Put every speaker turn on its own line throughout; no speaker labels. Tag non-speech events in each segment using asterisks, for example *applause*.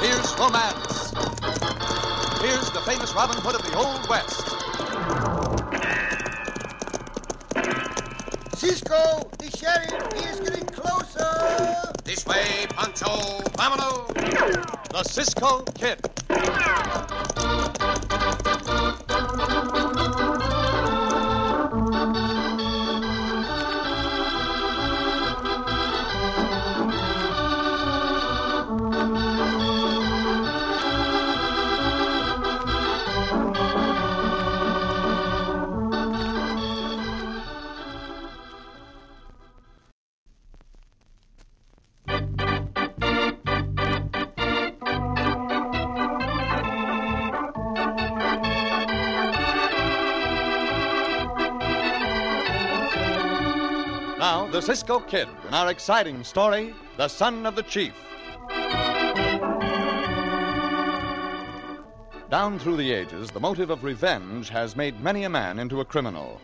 Here's romance. Here's the famous Robin Hood of the Old West.
Cisco, the sheriff, he is getting closer.
This way, Pancho Vamano. The Cisco Kid. Now, the Cisco Kid in our exciting story, The Son of the Chief. Down through the ages, the motive of revenge has made many a man into a criminal.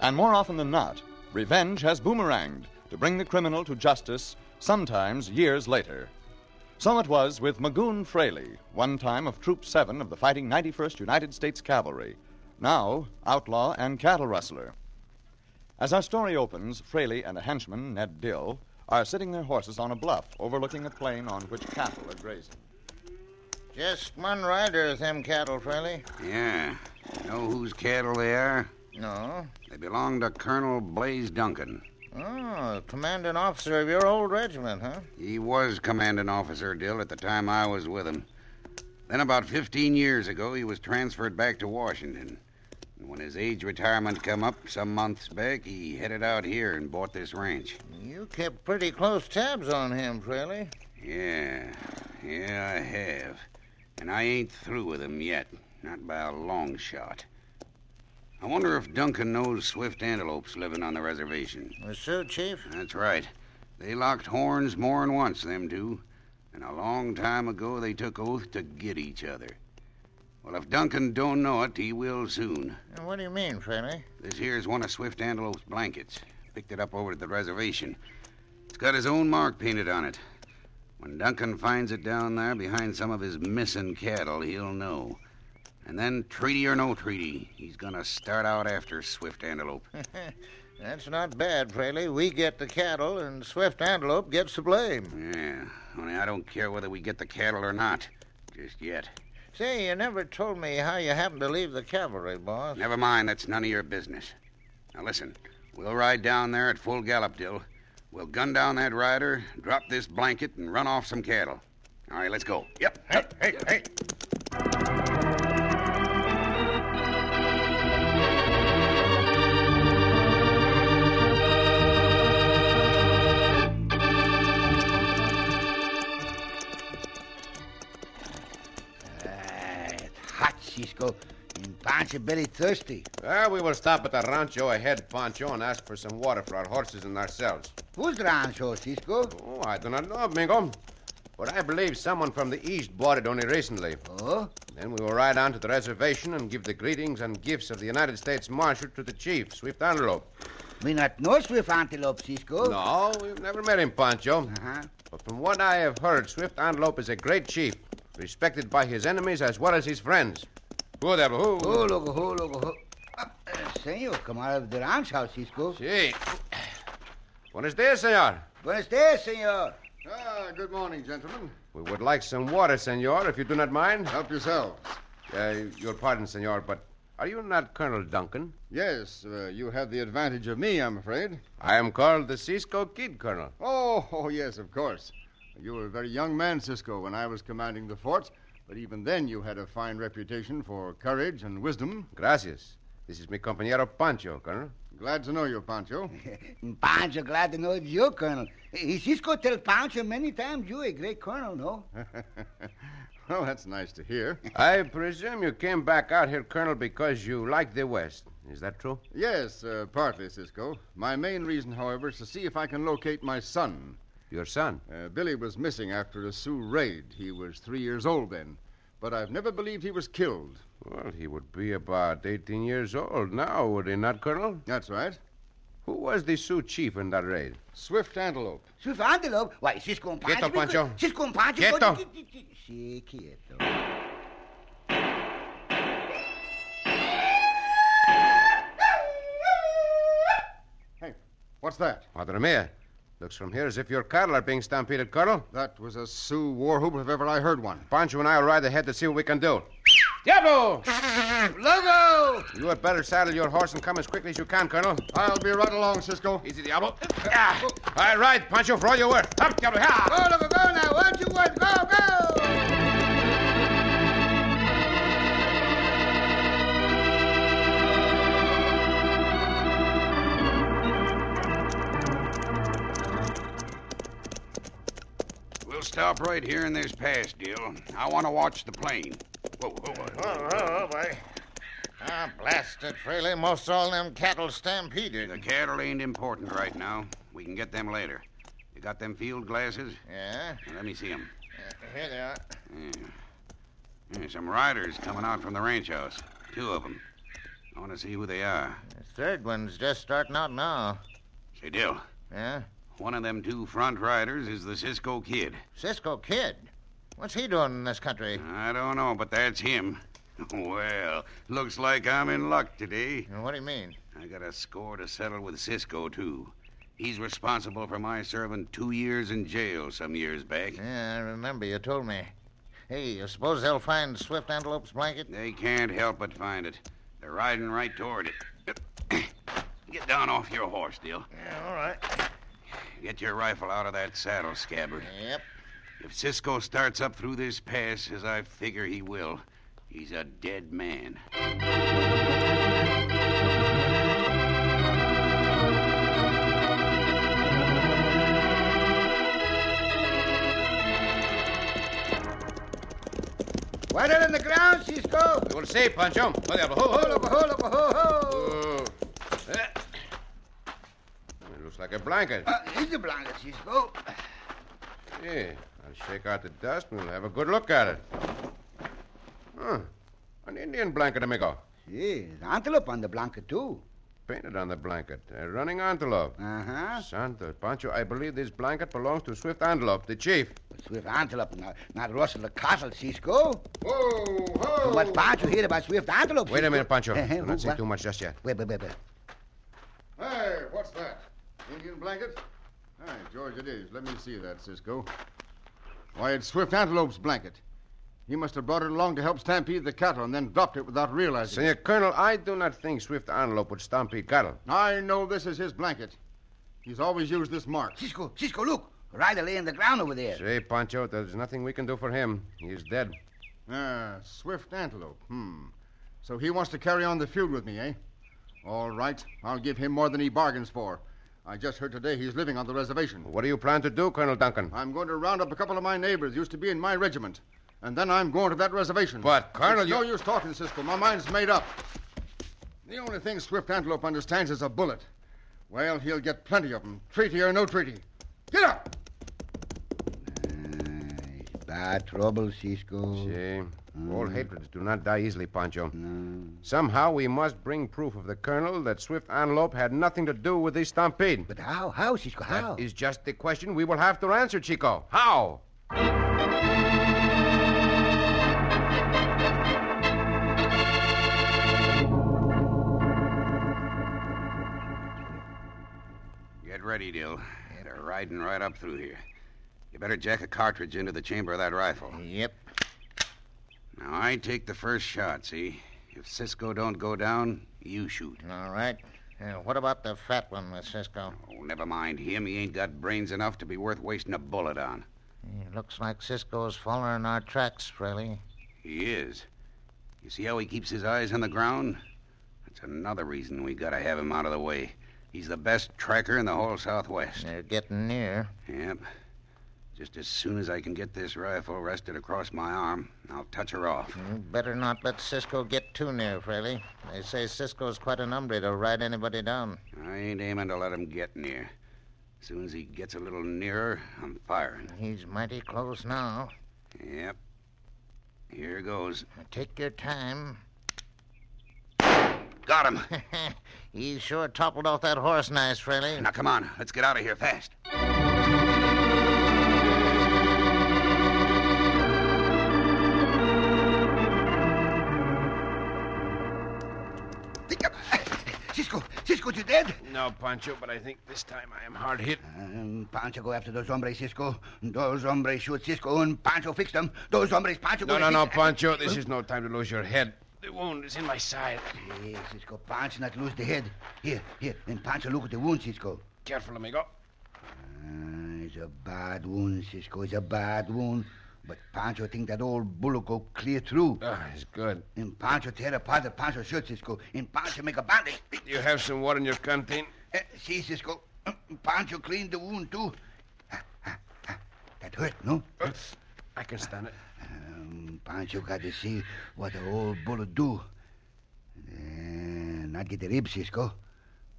And more often than not, revenge has boomeranged to bring the criminal to justice, sometimes years later. So it was with Magoon Fraley, one time of Troop 7 of the fighting 91st United States Cavalry, now outlaw and cattle rustler. As our story opens, Fraley and a henchman, Ned Dill, are sitting their horses on a bluff overlooking a plain on which cattle are grazing.
Just one rider of them cattle, Fraley.
Yeah. You know whose cattle they are?
No.
They belong to Colonel Blaze Duncan.
Oh, commanding officer of your old regiment, huh?
He was commanding officer, Dill, at the time I was with him. Then, about 15 years ago, he was transferred back to Washington. And when his age retirement come up some months back, he headed out here and bought this ranch.
You kept pretty close tabs on him, Fraley.
Yeah, yeah, I have. And I ain't through with him yet, not by a long shot. I wonder if Duncan knows swift antelopes living on the reservation.
Was so, Chief?
That's right. They locked horns more'n once, them two. And a long time ago, they took oath to get each other. Well, if Duncan don't know it, he will soon.
Now, What do you mean, Fraley?
This here's one of Swift Antelope's blankets. Picked it up over at the reservation. It's got his own mark painted on it. When Duncan finds it down there behind some of his missing cattle, he'll know. And then, treaty or no treaty, he's gonna start out after Swift Antelope.
That's not bad, Fraley. We get the cattle, and Swift Antelope gets the blame.
yeah, only I don't care whether we get the cattle or not. Just yet.
Say, you never told me how you happened to leave the cavalry, boss.
Never mind, that's none of your business. Now listen, we'll ride down there at full gallop, Dill. We'll gun down that rider, drop this blanket, and run off some cattle. All right, let's go. Yep. Hey, hey, hey.
It's hot, Cisco. And Pancho very thirsty.
Well, we will stop at the rancho ahead, Pancho, and ask for some water for our horses and ourselves.
Who's rancho, Cisco?
Oh, I do not know, Mingo. But I believe someone from the east bought it only recently.
Oh?
Then we will ride on to the reservation and give the greetings and gifts of the United States Marshal to the chief, Swift Antelope.
We not know swift antelope,
Oh.
Cisco.
No, we've never met him, Pancho.
Uh-huh.
But from what I have heard, Swift Antelope is a great chief, respected by his enemies as well as his friends. Who, devil, who?
Oh, look, oh, look, oh.
Senor, come out of the ranch house, Cisco.
Sí. Buenos dias, senor.
Buenos dias, senor.
Ah, good morning, gentlemen.
We would like some water, senor, if you do not mind.
Help yourselves.
Uh, your pardon, senor, but are you not Colonel Duncan?
Yes, uh, you have the advantage of me, I'm afraid.
I am called the Cisco Kid, Colonel.
Oh, *laughs* oh yes, of course. You were a very young man, Cisco, when I was commanding the fort, but even then you had a fine reputation for courage and wisdom.
Gracias. This is mi compañero Pancho, Colonel.
Glad to know you,
*laughs*
Pancho.
Pancho, glad to know you, Colonel. Cisco tell Pancho many times you a great colonel, no?
*laughs*
well, that's nice to hear.
I presume you came back out here, Colonel, because you like the West. Is that true?
Yes, uh, partly, Cisco. My main reason, however, is to see if I can locate my son.
Your son?
Uh, Billy was missing after a Sioux raid. He was three years old then. But I've never believed he was killed.
Well, he would be about 18 years old now, would he not, Colonel?
That's right.
Who was the Sioux chief in that raid?
Swift Antelope.
Swift Antelope? Why, she's compadre.
Quieto, Pancho.
She's compadre.
Quieto.
Sí, quieto.
Hey, what's that?
Padre Mia, looks from here as if your cattle are being stampeded, Colonel.
That was a Sioux war whoop if ever I heard one.
Pancho and I will ride ahead to see what we can do. Diablo!
Logo!
You had better saddle your horse and come as quickly as you can, Colonel.
I'll be right along, Cisco.
Easy, Diablo. Ah. All right, ride, Pancho, for all your worth. Up, Diablo. Ah.
Go, Logo, go now. One, two, one, go, go!
We'll stop right here in this pass, deal. I want to watch the plane. Whoa, whoa,
Oh,
whoa.
oh, oh, boy. Ah, blasted, Fraley. Most all them cattle
The
stampeded.
cattle ain't important right now. We can get them later. You got them field glasses?
Yeah?
Now, let me see them.
yeah, Here they are.
some riders coming out from the ranch house. Two of them. I want to see who they are.
The third one's just starting out now.
Say, Dill,
Yeah?
one of them two front riders is the Cisco Kid.
Cisco Kid. What's he doing in this country?
I don't know, but that's him. Well, looks like I'm in luck today.
And What do you mean?
I got a score to settle with Cisco, too. He's responsible for my serving two years in jail some years back.
Yeah, I remember you told me. Hey, you suppose they'll find Swift Antelope's blanket?
They can't help but find it. They're riding right toward it. *clears throat* Get down off your horse, Dill.
Yeah, all right.
Get your rifle out of that saddle scabbard.
Yep.
If Cisco starts up through this pass, as I figure he will, he's a dead man.
Water on the ground, Cisco.
We will see, Pancho. Oh, Diablo. Ho, ho,
Ho, logo, ho, logo, ho, ho.
Oh. Eh. It looks like a blanket.
Uh, here's the blanket, Cisco.
Yeah, I'll shake out the dust and we'll have a good look at it. Huh. An Indian blanket, amigo.
Yeah, the antelope on the blanket, too.
Painted on the blanket. A running antelope.
Uh-huh.
Santo Pancho, I believe this blanket belongs to Swift Antelope, the chief.
Swift antelope, not, not rustle the cattle, Cisco.
Whoa, whoa!
What Pancho hear about Swift antelope?
Wait a minute, Pancho.
Uh-huh,
Do not
who-
say
what?
too much just yet.
Wait, wait, wait, wait.
Hey, what's that? Indian blanket? Hi, George, it is. Let me see that, Cisco. Why, it's Swift Antelope's blanket. He must have brought it along to help stampede the cattle and then dropped it without realizing.
Senor Colonel, I do not think Swift Antelope would stampede cattle.
I know this is his blanket. He's always used this mark.
Cisco, Cisco, look. Rider lay in the ground over there.
Say, Pancho, there's nothing we can do for him. He is dead.
Ah, Swift Antelope. Hmm. So he wants to carry on the feud with me, eh? All right. I'll give him more than he bargains for. I just heard today he's living on the reservation.
What do you plan to do, Colonel Duncan?
I'm going to round up a couple of my neighbors used to be in my regiment. And then I'm going to that reservation.
But, Colonel,
It's no
you-
use talking, Cisco. My mind's made up. The only thing Swift Antelope understands is a bullet. Well, he'll get plenty of 'em, treaty or no treaty. Get up!
Nice. Bad trouble, Cisco.
See,
Mm.
all hatreds do not die easily, Pancho. Somehow we must bring proof of the Colonel that Swift Antelope had nothing to do with this stampede.
But how, how, Cisco, how?
That is just the question we will have to answer, Chico. How?
Get ready, Dill. They're riding right up through here. You better jack a cartridge into the chamber of that rifle.
Yep.
Now I take the first shot, see? If Cisco don't go down, you shoot.
All right. Uh, what about the fat one, Miss Cisco?
Oh, never mind him. He ain't got brains enough to be worth wasting a bullet on.
It looks like Cisco's following our tracks, Fraley.
He is. You see how he keeps his eyes on the ground? That's another reason we gotta have him out of the way. He's the best tracker in the whole Southwest.
They're getting near.
Yep. Just as soon as I can get this rifle rested across my arm, I'll touch her off.
Better not let Cisco get too near, Fraley. They say Cisco's quite an hombre to ride anybody down.
I ain't aiming to let him get near. As soon as he gets a little nearer, I'm firing.
He's mighty close now.
Yep. Here goes.
Take your time. *laughs*
Got him.
he sure toppled off that horse nice, Fraley.
Now, come on. Let's get out of here fast.
Cisco, Cisco, you dead?
No, Pancho, but I think this time I am hard hit.
Um, Pancho go after those hombres, Cisco. Those hombres shoot Cisco, and Pancho fix them. Those hombres, Pancho.
No,
gonna
no, no,
fix-
Pancho. This is no time to lose your head. The wound is in my side.
Hey, Cisco, Pancho not lose the head. Here, here, and Pancho look at the wound, Cisco.
Careful, amigo.
Ah, it's a bad wound, Cisco. It's a bad wound. But Pancho think that old bullet go clear through.
Ah, it's good.
And Pancho tear apart the Pancho shirt, Cisco. And Pancho make a bandage.
You have some water in your canteen?
Uh, see, Cisco. Uh, Pancho clean the wound, too. Ah, ah, ah, That hurt, no?
I can stand it.
Um, Pancho got to see what the old bullet do. Uh, not get the rib, Cisco.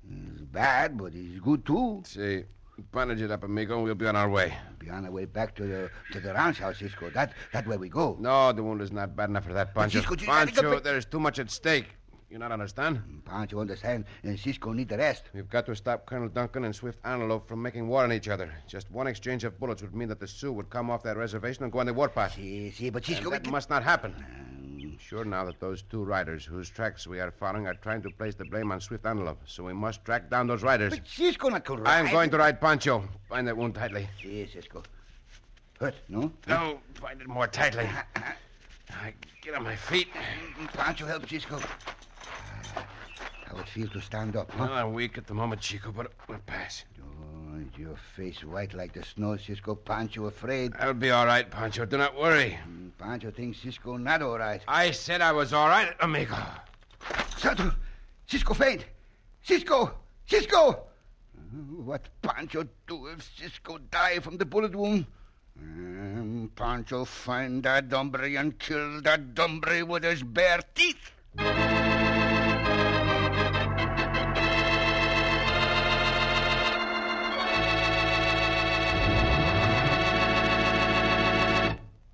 It's bad, but it's good, too.
See, bandage it up, amigo, and we'll be on our way.
Be on our way back to the to the ranch house, Cisco. That that way we go.
No, the wound is not bad enough for that, Pancho.
Francisco, you gotta go
Pancho,
back-
there is too much at stake. You not understand?
Pancho Ah, understand, and Cisco need the rest.
We've got to stop Colonel Duncan and Swift Antelope from making war on each other. Just one exchange of bullets would mean that the Sioux would come off their reservation and go on the warpath.
See, see, but
And
Cisco, we
that
can...
must not happen. I'm sure now that those two riders whose tracks we are following are trying to place the blame on Swift Antelope, so we must track down those riders.
But Cisco not correct.
I'm going to ride Pancho. Bind that wound tightly.
See, Cisco. Hurt, no?
No, bind it more tightly. I get on my feet.
Pancho help Cisco. How it feel to stand up, huh?
Well, I'm weak at the moment, Chico, but it will pass.
Oh, and your face white like the snow, Cisco. Pancho afraid. Mm,
I'll be all right, Pancho. Do not worry.
Pancho thinks Cisco not all right.
I said I was all right, amigo.
Santo! Cisco faint! Cisco! Cisco! What Pancho do if Cisco die from the bullet wound? Um, Pancho find that hombre and kill that hombre with his bare teeth.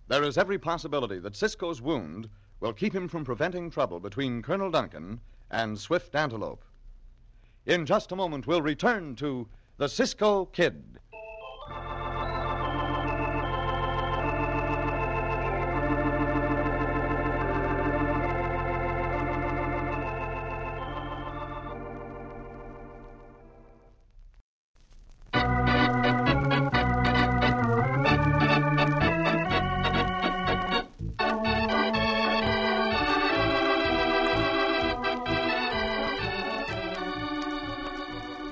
There is every possibility that Cisco's wound will keep him from preventing trouble between Colonel Duncan and Swift Antelope. In just a moment, we'll return to the Cisco Kid.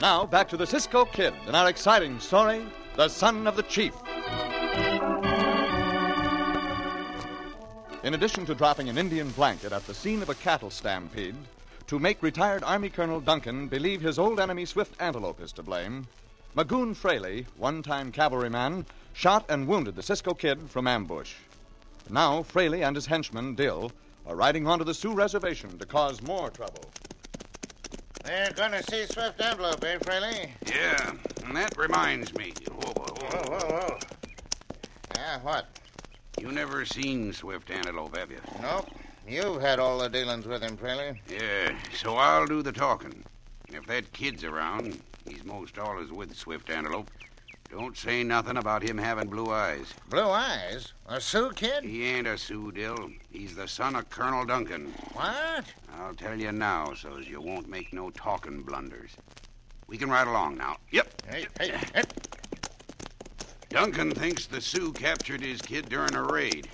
Now, back to the Cisco Kid and our exciting story The Son of the Chief. In addition to dropping an Indian blanket at the scene of a cattle stampede to make retired Army Colonel Duncan believe his old enemy Swift Antelope is to blame, Magoon Fraley, one time cavalryman, shot and wounded the Cisco Kid from ambush. Now, Fraley and his henchman, Dill, are riding onto the Sioux Reservation to cause more trouble.
They're gonna see Swift Antelope, eh, Fraley?
Yeah, and that reminds me. Whoa, whoa, whoa.
Whoa, whoa. Yeah, what?
You never seen Swift Antelope, have you?
Nope. You've had all the dealings with him, Fraley.
Yeah, so I'll do the talking. If that kid's around, he's most always with Swift Antelope. Don't say nothing about him having blue eyes.
Blue eyes? A Sioux kid?
He ain't a Sioux, Dill. He's the son of Colonel Duncan.
What?
I'll tell you now so's you won't make no talking blunders.
We can ride along now. Yep.
Hey, hey, hey.
Duncan thinks the Sioux captured his kid during a raid,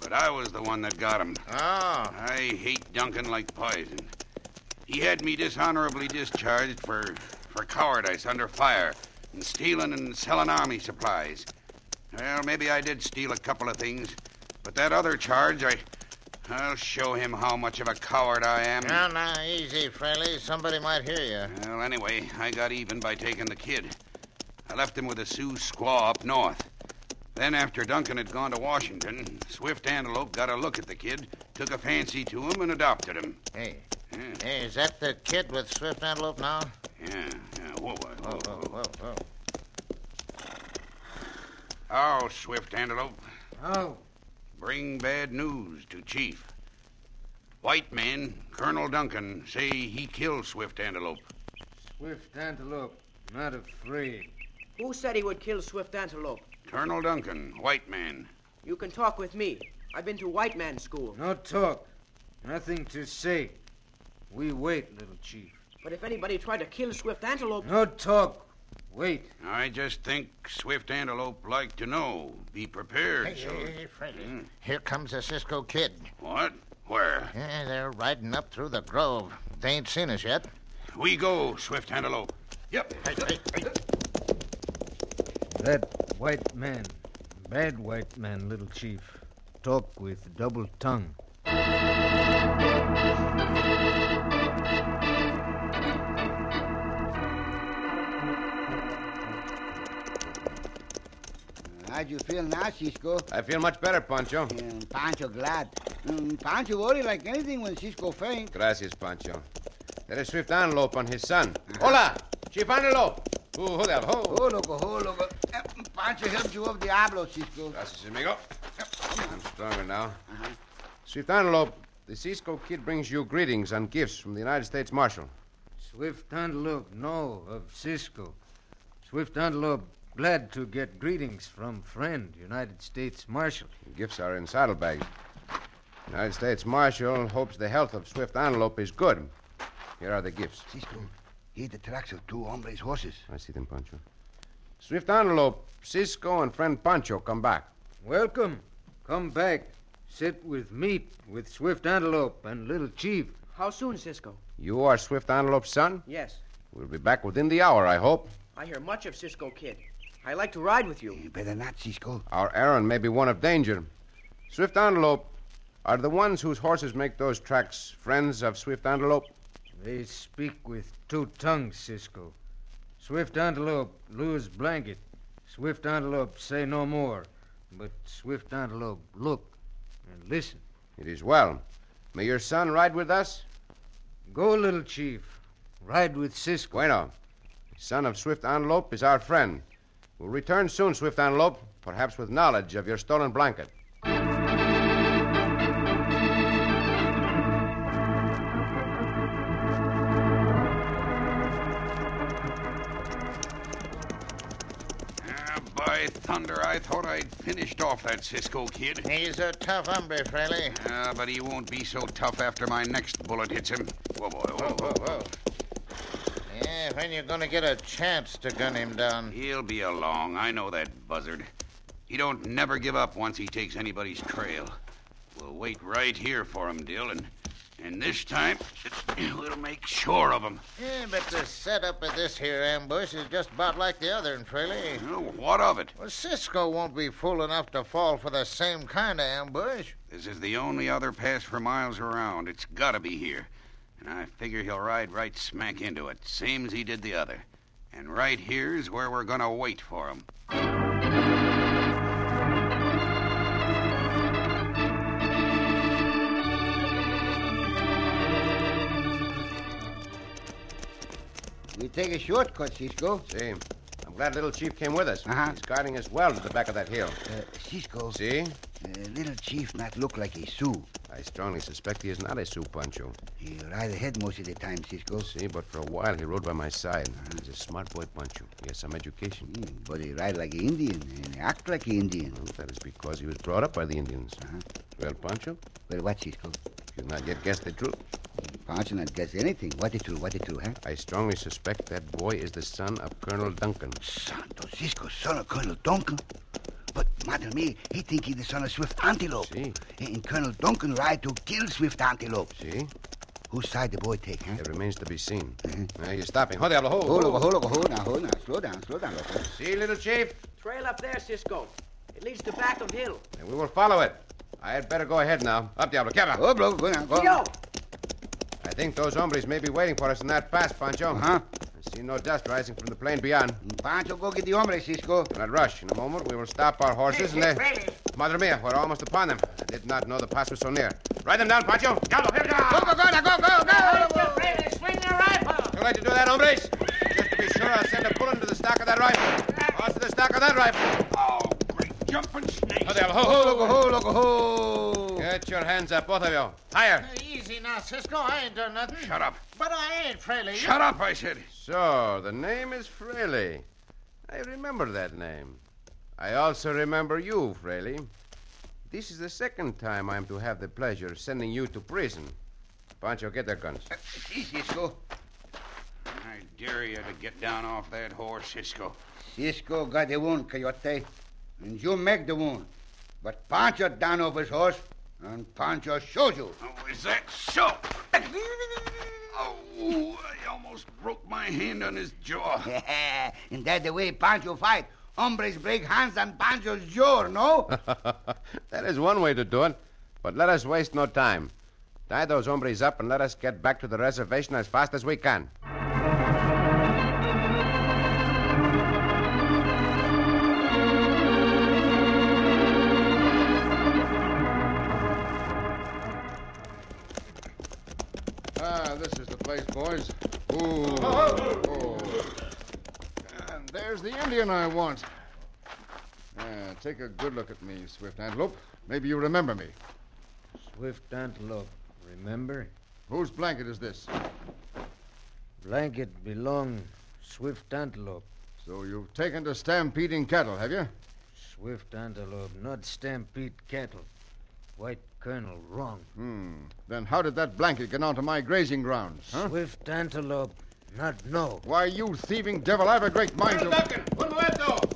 but I was the one that got him.
Ah.
I hate Duncan like poison. He had me dishonorably discharged for, for cowardice under fire and stealing and selling army supplies. Well, maybe I did steal a couple of things, but that other charge, I. I'll show him how much of a coward I am.
Now, now, easy, Fraley. Somebody might hear you.
Well, anyway, I got even by taking the kid. I left him with a Sioux squaw up north. Then, after Duncan had gone to Washington, Swift Antelope got a look at the kid, took a fancy to him, and adopted him.
Hey. Hey, is that the kid with swift antelope now? Oh,
Yeah, yeah. Whoa, whoa,
whoa, whoa, whoa. whoa.
Oh, Swift Antelope,
Oh,
bring bad news to Chief. White man, Colonel Duncan, say he killed Swift Antelope.
swift antelope, not afraid.
Who said he would kill Swift Antelope?
Colonel Duncan, white man.
You can talk with me. I've been to white man school.
No talk. Nothing to say. We wait, little chief.
But if anybody tried to kill Swift Antelope,
No talk. Wait.
I just think Swift Antelope like to know. Be prepared.
Hey,
so-
hey, hey,
Hmm.
Fraley. Here comes the Cisco kid.
What? Where?
Yeah, they're riding up through the grove. They ain't seen us yet.
We go, Swift Antelope. Yep.
That white man, bad white man, little chief, talk with double tongue.
How'd you feel now, Cisco? Mm,
I feel much better, Pancho.
Pancho glad. Um, Pancho worry like anything when Cisco faint.
Gracias, Pancho. There is swift antelope on his son. Hola! Chief antelope! Who, who there? Who?
Oh, loco, oh, loco. Uh, Pancho helped you up the hablo, Cisco. Eh,
Gracias, amigo. I'm stronger now. Swift antelope, the Cisco kid brings you greetings and gifts from the United States Marshal.
Swift Antelope, no, of Cisco. Swift Antelope, glad to get greetings from friend, United States Marshal.
Gifts are in saddlebags. United States Marshal hopes the health of Swift Antelope is good. Here are the gifts.
Cisco,
hear the tracks of two hombres
horses.
I see them, Pancho. Swift Antelope, Cisco, and friend Pancho come back.
Welcome. Come back. Sit with meat, with Swift Antelope and Little Chief.
how soon, Cisco?
You are Swift Antelope's son?
Yes.
We'll be back within the hour, I hope.
I hear much of Cisco Kid. I like to ride with you. You
better not, Cisco.
Our errand may be one of danger. Swift Antelope are the ones whose horses make those tracks friends of Swift Antelope?
They speak with two tongues, Cisco. Swift Antelope, lose blanket. Swift Antelope, say no more. But Swift Antelope, look and listen.
It is well. May your son ride with us?
Go, little chief. Ride with Cisco.
Bueno. Son of Swift Antelope is our friend. We'll return soon, Swift Antelope, perhaps with knowledge of your stolen blanket.
Ah, by thunder, I thought I'd finished off that Cisco kid.
He's a tough hombre, Fraley.
Ah, but he won't be so tough after my next bullet hits him. Whoa, boy, whoa, whoa, whoa.
Yeah, when you gonna get a chance to gun him down?
He'll be along. I know that buzzard. He don't never give up once he takes anybody's trail. We'll wait right here for him, Dill, and and this time *clears throat* we'll make sure of him.
Yeah, but the setup of this here ambush is just about like the other in Fraley.
What of it?
Well, Cisco won't be fool enough to fall for the same kind of ambush.
This is the only other pass for miles around. It's gotta be here. And I figure he'll ride right smack into it, same as he did the other. And right here's where we're gonna wait for him.
We take a shortcut, Cisco.
See, I'm glad little chief came with us.
Uh-huh.
He's guiding us well to the back of that hill.
Uh, Cisco.
See?
little chief not look like a Sioux.
I strongly suspect he is not a Sioux Pancho.
He ride ahead most of the time, Cisco.
See, but for a while he rode by my side. He's a smart boy, Pancho. He has some education.
Hmm,
but he ride like an Indian and act like an Indian.
that is because he was brought up by the Indians. Well, Pancho,
Well, what, Cisco?
you've not yet guessed the truth.
Pancho not guess anything. What it do, what it do, huh?
I strongly suspect that boy is the son of Colonel Duncan.
Santo Cisco, son of Colonel Duncan. But, madre me, he think he the son of Swift Antelope. See. And Colonel Duncan ride to kill Swift Antelope.
See?
Whose side the boy take, huh?
It remains to be seen. Now you're stopping. Hold up, hold.
Hold over, hold over, hold now, hold now. Slow down, slow down, loco.
See, little chief?
Trail up there, Cisco. It leads to back of hill.
And we will follow it. I had better go ahead now. Up, Diablo. Cabra.
Up, loco, go now, go.
Yo!
I think those hombres may be waiting for us in that pass, Pancho.
Huh?
I see no dust rising from the plain beyond.
Pancho, go get the hombre, Cisco.
Do not rush. In a moment, we will stop our horses and they... Madre mia, we're almost upon them. I did not know the pass was so near. Ride them down, Pancho. Diablo, here we go.
Go, go, go, now, go, go, go.
Too late to do that, hombres. Just to be sure, I'll send a bullet into the stock of that rifle. Pass to the stock of that rifle.
Oh, Jumping snake.
Oh, Diablo, ho,
Ho,
ho,
loco, ho, loco, ho.
Get your hands up, both of you. Higher.
Easy now, Cisco. I ain't done nothing.
Shut up.
But I ain't, Fraley.
Shut up, I said.
So, the name is Fraley. I remember that name. I also remember you, Fraley. This is the second time I am to have the pleasure of sending you to prison. Pancho, get their guns.
See, Cisco.
I dare you to get down off that horse, Cisco.
Cisco got the wound, Coyote. And you make the wound. But Pancho down off his horse, and Pancho shows you.
Oh, is that so? Oh, I almost broke my hand on his jaw.
*laughs* and that the way Pancho fight. Hombres break hands on Pancho's jaw, no?
that is one way to do it, but let us waste no time. Tie those hombres up and let us get back to the reservation as fast as we can.
*laughs* Ah, this is the place, boys. Ooh. Oh. And there's the Indian I want. Ah, take a good look at me, Swift Antelope. Maybe you remember me.
Swift antelope, remember?
Whose blanket is this?
Blanket belong swift antelope.
So you've taken to stampeding cattle, have you?
Swift antelope, not stampede cattle. White colonel, wrong.
Hmm. Then how did that blanket get onto my grazing grounds,
Hmm.
huh?
Swift antelope, not no.
Why, you thieving devil, I've a great mind to...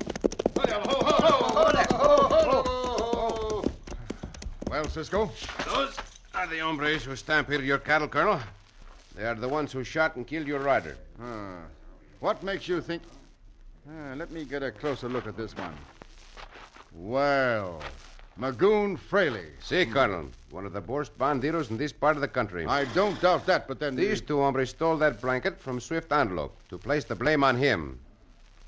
Well, Cisco?
Those are the hombres who stampeded your cattle, Colonel. They are the ones who shot and killed your rider.
Ah, what makes you think... Ah, let me get a closer look at this one. Well, Magoon Fraley.
See, Colonel, one of the worst bandidos in this part of the country.
Hmm. I don't doubt that, but then...
These two hombres stole that blanket from Swift Antelope to place the blame on him.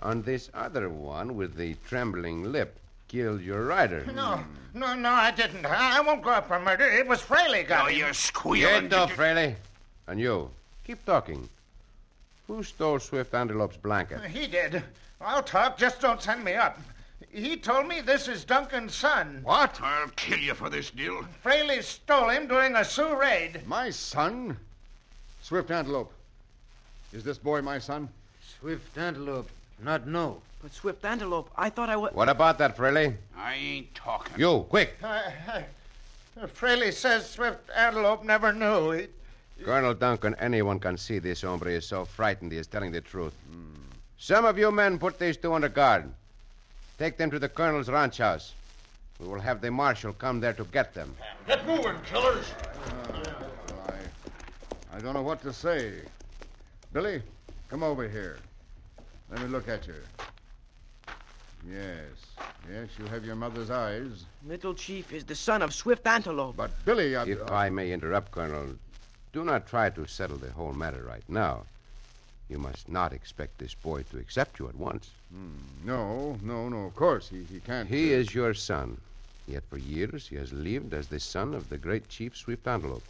On this other one with the trembling lip killed your rider.
No, no, no, I didn't. I, I won't go up for murder. It was Fraley got
Oh,
him.
you're squealing.
Get off, Fraley. And you, keep talking. Who stole Swift Antelope's blanket?
He did. I'll talk, just don't send me up. He told me this is Duncan's son.
What?
I'll kill you for this deal.
Fraley stole him during a Sioux raid.
My son? Swift Antelope. Is this boy my son?
Swift antelope, not no.
But Swift Antelope, I thought I was.
What about that, Fraley?
I ain't talking.
You, quick.
Fraley says Swift Antelope never knew. He-
Colonel Duncan, anyone can see this hombre is so frightened he is telling the truth. Some of you men put these two under guard. Take them to the colonel's ranch house. We will have the marshal come there to get them.
Get moving, killers.
I don't know what to say. Billy, come over here. Let me look at you. Yes. Yes, you have your mother's eyes.
Little Chief is the son of Swift Antelope.
But, Billy, I... uh,
If I may interrupt, Colonel, do not try to settle the whole matter right now. You must not expect this boy to accept you at once.
No, no, no. Of course, he, he can't...
He
uh,
is your son, yet for years he has lived as the son of the great chief Swift Antelope.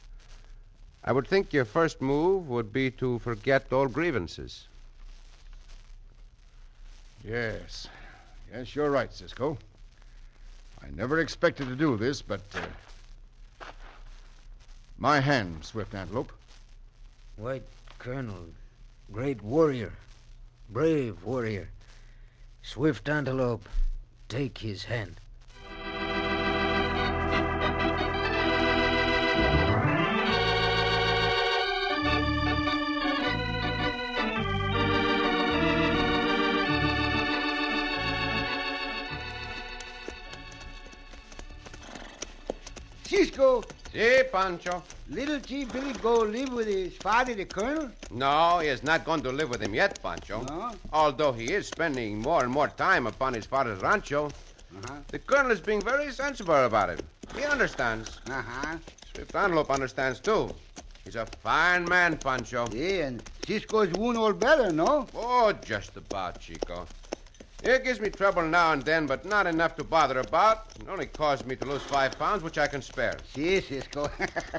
I would think your first move would be to forget all grievances.
Yes. Yes, you're right, Cisco. I never expected to do this, but. Uh, my hand, Swift Antelope.
White colonel, great warrior, brave warrior. Swift antelope, take his hand.
Cisco.
Si, Pancho.
Little Chief Billy go live with his father, the colonel?
No, he is not going to live with him yet, Pancho.
No?
Although he is spending more and more time upon his father's rancho.
Uh-huh.
The colonel is being very sensible about it. He understands.
Uh-huh.
Swift Antelope understands, too. He's a fine man, Pancho.
Yeah, and Cisco's one or better, no?
Oh, just about, Chico. It gives me trouble now and then, but not enough to bother about. It only caused me to lose five pounds, which I can spare.
Si, Cisco.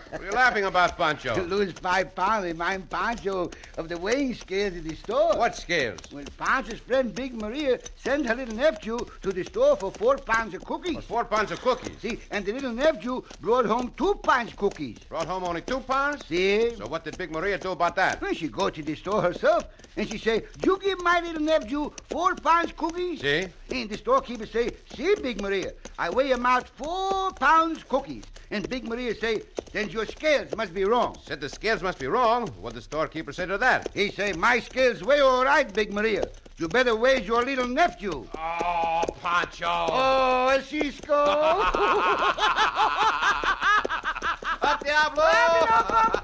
What are you laughing
*laughs*
about,
*laughs*
To
Pancho?
lose five pounds, remind Pancho of the weighing scales at the store.
What scales?
When Pancho's friend Big Maria sent her little nephew to the store for four pounds of cookies.
four pounds of cookies?
See, and the little nephew brought home two pounds cookies.
Brought home only two pounds?
See?
So what did Big Maria do about that?
Well, she go to the store herself, and she say, you give my little nephew four pounds cookies?
See?
And the storekeeper say, see, Big Maria, I weigh him out four pounds cookies. And Big Maria say, then your scales must be wrong.
Said the scales must be wrong. What did the storekeeper say to that?
He say, my scales weigh all right, Big Maria. You better weigh your little nephew.
Oh, Pancho.
Oh,
*laughs*
*laughs* Cisco.
Up Diablo!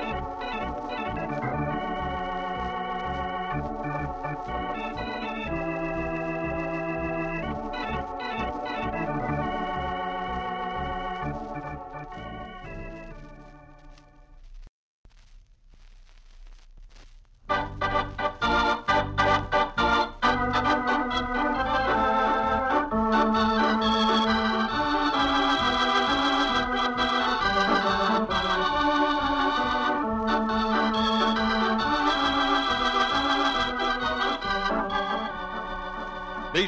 Be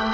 you.